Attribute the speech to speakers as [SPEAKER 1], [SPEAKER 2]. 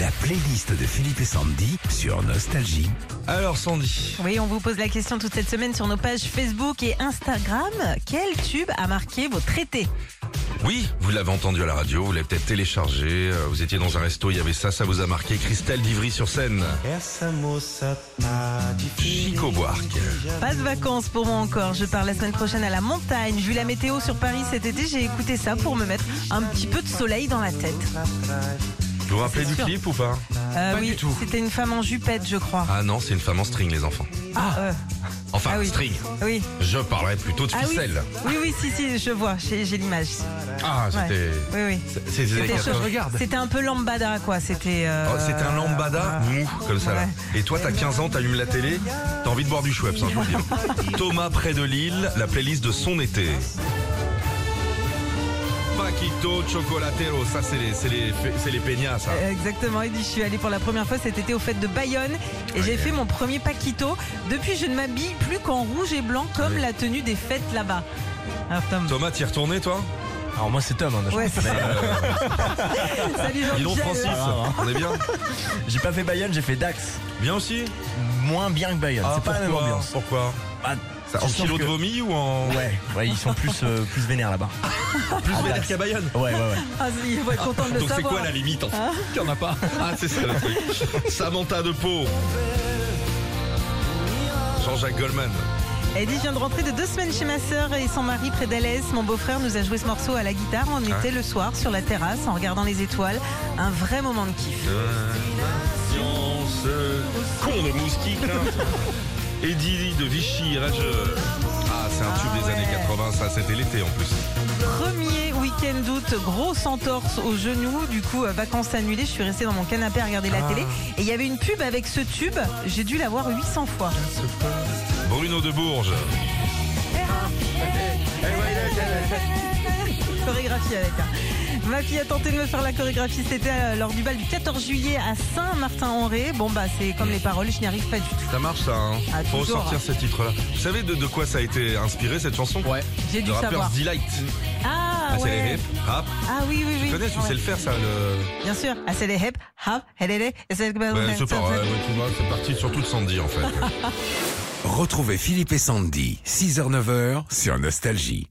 [SPEAKER 1] La playlist de Philippe et Sandy sur Nostalgie.
[SPEAKER 2] Alors Sandy,
[SPEAKER 3] Oui, on vous pose la question toute cette semaine sur nos pages Facebook et Instagram. Quel tube a marqué votre été
[SPEAKER 2] oui, vous l'avez entendu à la radio, vous l'avez peut-être téléchargé, euh, vous étiez dans un resto, il y avait ça, ça vous a marqué, Christelle d'Ivry sur scène,
[SPEAKER 4] Essa moça tá difícil.
[SPEAKER 2] Chico Buarque.
[SPEAKER 3] Pas de vacances pour moi encore. Je pars la semaine prochaine à la montagne. Vu la météo sur Paris cet été, j'ai écouté ça pour me mettre un petit peu de soleil dans la tête.
[SPEAKER 2] Vous vous rappelez
[SPEAKER 3] C'est
[SPEAKER 2] du
[SPEAKER 3] sûr.
[SPEAKER 2] clip ou pas
[SPEAKER 3] Euh,
[SPEAKER 2] Pas
[SPEAKER 3] oui,
[SPEAKER 2] du tout.
[SPEAKER 3] c'était une femme en jupette, je crois.
[SPEAKER 2] Ah non, c'est une femme en string les enfants.
[SPEAKER 3] Euh,
[SPEAKER 2] Enfin,
[SPEAKER 3] Ah oui.
[SPEAKER 2] string,
[SPEAKER 3] oui.
[SPEAKER 2] je parlerais plutôt de
[SPEAKER 3] Ah oui.
[SPEAKER 2] ficelle.
[SPEAKER 3] Oui, oui, si, si, je vois, j'ai j'ai l'image.
[SPEAKER 2] Ah,
[SPEAKER 3] Ouais.
[SPEAKER 2] c'était...
[SPEAKER 3] Oui, oui.
[SPEAKER 2] c'est- c'est des années
[SPEAKER 3] C'était chaud.
[SPEAKER 2] 80.
[SPEAKER 3] C'était un peu lambada, quoi. C'était. euh,
[SPEAKER 2] Oh, C'était un lambada mou, comme ça. là. Et toi, t'as 15 ans, t'allumes la télé, t'as envie de boire du Schweppes, hein, je vous le dis. Thomas près de Lille, la playlist de son été. Paquito Chocolatero, ça c'est les, c'est les, c'est les peñas, ça.
[SPEAKER 3] Euh, Exactement, il dit je suis allée pour la première fois cet été aux fêtes de Bayonne et j'ai
[SPEAKER 2] Ok.
[SPEAKER 3] fait mon premier paquito. Depuis, je ne m'habille plus qu'en rouge et blanc comme la tenue des fêtes là-bas. Alors, Tom.
[SPEAKER 2] Thomas, t'y es retourné, toi
[SPEAKER 5] Alors moi c'est Tom, hein,
[SPEAKER 3] Ouais, c'est ça. Salut
[SPEAKER 2] Dis donc,
[SPEAKER 3] Jean-Michel.
[SPEAKER 2] Francis,
[SPEAKER 5] grave, hein.
[SPEAKER 2] on est bien
[SPEAKER 5] j'ai pas fait Bayonne, j'ai fait Dax.
[SPEAKER 2] Bien aussi
[SPEAKER 5] Moins bien que Bayonne,
[SPEAKER 2] Ah,
[SPEAKER 5] c'est pas la même
[SPEAKER 2] pourquoi
[SPEAKER 5] ambiance.
[SPEAKER 2] Pourquoi
[SPEAKER 5] Bah,
[SPEAKER 2] Ça,
[SPEAKER 5] je
[SPEAKER 2] En
[SPEAKER 5] sens
[SPEAKER 2] kilo
[SPEAKER 5] que-
[SPEAKER 2] de vomi ou en...
[SPEAKER 5] Ouais, ouais, ils sont plus, euh, plus vénères là-bas.
[SPEAKER 2] Plus vénère qu'à Bayonne
[SPEAKER 5] Ouais, ouais, ouais.
[SPEAKER 3] Ah, si, il faut être content de le
[SPEAKER 2] Donc c'est
[SPEAKER 3] savoir.
[SPEAKER 2] quoi la limite en fait Qu'il y en a pas. Hein Ah c'est ça le truc. Samantha de Pau. Jean-Jacques Goldman.
[SPEAKER 3] Elle dit je viens de rentrer de deux semaines chez ma sœur et son mari près d'Alès. Mon beau-frère nous a joué ce morceau à la guitare. On
[SPEAKER 2] Ah.
[SPEAKER 3] était le soir sur la terrasse en regardant les étoiles. Un vrai moment de kiff.
[SPEAKER 2] Con de moustique. Eddie de Vichy, Rageux. Ah c'est un tube des
[SPEAKER 3] ouais.
[SPEAKER 2] années 80 ça, c'était l'été en plus.
[SPEAKER 3] Premier week-end d'août, grosse entorse au genou, du coup euh, vacances annulées, je suis restée dans mon canapé à regarder
[SPEAKER 2] Ah.
[SPEAKER 3] la télé et il y avait une pub avec ce tube, j'ai dû la voir 800 fois.
[SPEAKER 2] Bruno de Bourges.
[SPEAKER 3] Chorégraphie avec. hein. Ma fille a tenté de me faire la chorégraphie, c'était euh, lors du bal du 14 juillet à Saint-Martin-en-Ré. Bon bah c'est comme les paroles, je n'y arrive pas du tout.
[SPEAKER 2] Ça marche ça hein
[SPEAKER 3] Ah,
[SPEAKER 2] Faut
[SPEAKER 3] toujours.
[SPEAKER 2] ressortir ce titre là. Vous savez de, de quoi ça a été inspiré cette chanson Ouais.
[SPEAKER 3] J'ai dû
[SPEAKER 2] Le rappeur
[SPEAKER 3] savoir.
[SPEAKER 2] Delight.
[SPEAKER 3] Ah
[SPEAKER 2] c'est les
[SPEAKER 3] ouais.
[SPEAKER 2] hip hop.
[SPEAKER 3] Ah oui oui oui.
[SPEAKER 2] Tu connais, tu sais
[SPEAKER 3] Ouais.
[SPEAKER 2] le faire ça le...
[SPEAKER 3] Bien sûr. Ah c'est les hip, hop, elle est c'est
[SPEAKER 2] Ouais, Bah, c'est pas grave, ouais, tu vois, c'est parti surtout de Sandy en fait.
[SPEAKER 1] Retrouvez Philippe et Sandy, 6h-9h sur Nostalgie.